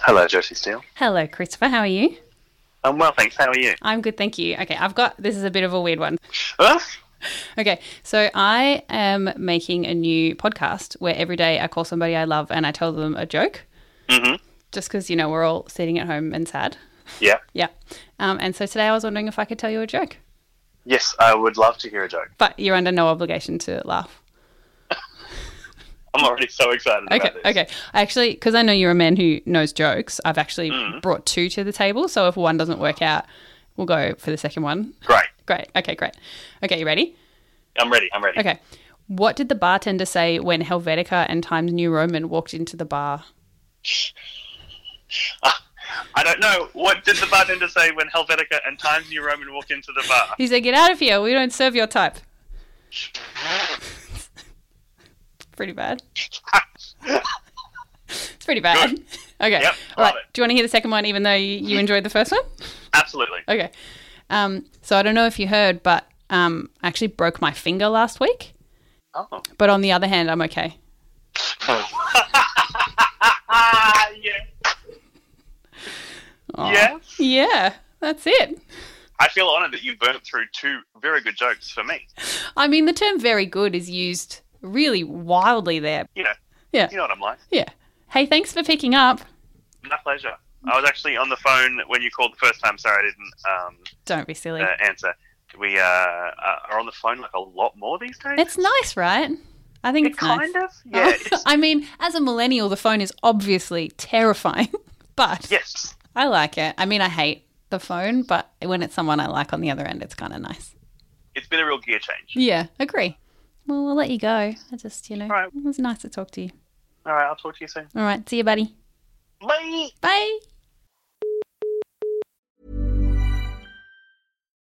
Hello, Josie Steele. Hello, Christopher. How are you? I'm well, thanks. How are you? I'm good, thank you. Okay, I've got this is a bit of a weird one. Huh? Okay, so I am making a new podcast where every day I call somebody I love and I tell them a joke. Mhm. Just because, you know, we're all sitting at home and sad. Yeah. Yeah. Um, and so today I was wondering if I could tell you a joke, Yes, I would love to hear a joke. but you're under no obligation to laugh. I'm already so excited Okay, about this. okay. I actually, because I know you're a man who knows jokes, I've actually Mm. brought two to the table. So if one doesn't work out, we'll go for the second one. Great. Great. Okay, great. Okay, you ready? I'm ready. I'm ready. Okay. What did the bartender say when Helvetica and Times New Roman walked into the bar? I don't know. What did the bartender say when Helvetica and Times New Roman walk into the bar? He said, Get out of here. We don't serve your type. pretty bad. It's pretty bad. Okay. Yep, All right. love it. Do you want to hear the second one, even though you, you enjoyed the first one? Absolutely. Okay. Um, so I don't know if you heard, but um, I actually broke my finger last week. Oh. But on the other hand, I'm okay. Ah, yeah. Aw. Yes. Yeah. That's it. I feel honoured that you burnt through two very good jokes for me. I mean, the term very good is used really wildly there. You know. Yeah. You know what I'm like. Yeah. Hey, thanks for picking up. My pleasure. I was actually on the phone when you called the first time. Sorry, I didn't um, Don't be silly. uh, answer. We uh, are on the phone like a lot more these days. It's nice, right? I think It it's nice. kind of. Yeah. It's, Oh, I mean, as a millennial, the phone is obviously terrifying, but yes. I like it. I mean, I hate the phone, but when it's someone I like on the other end, it's kind of nice. It's been a real gear change. Yeah, agree. Well, we'll let you go. I just, you know, right. it was nice to talk to you. All right. I'll talk to you soon. All right. See you, buddy. Bye. Bye.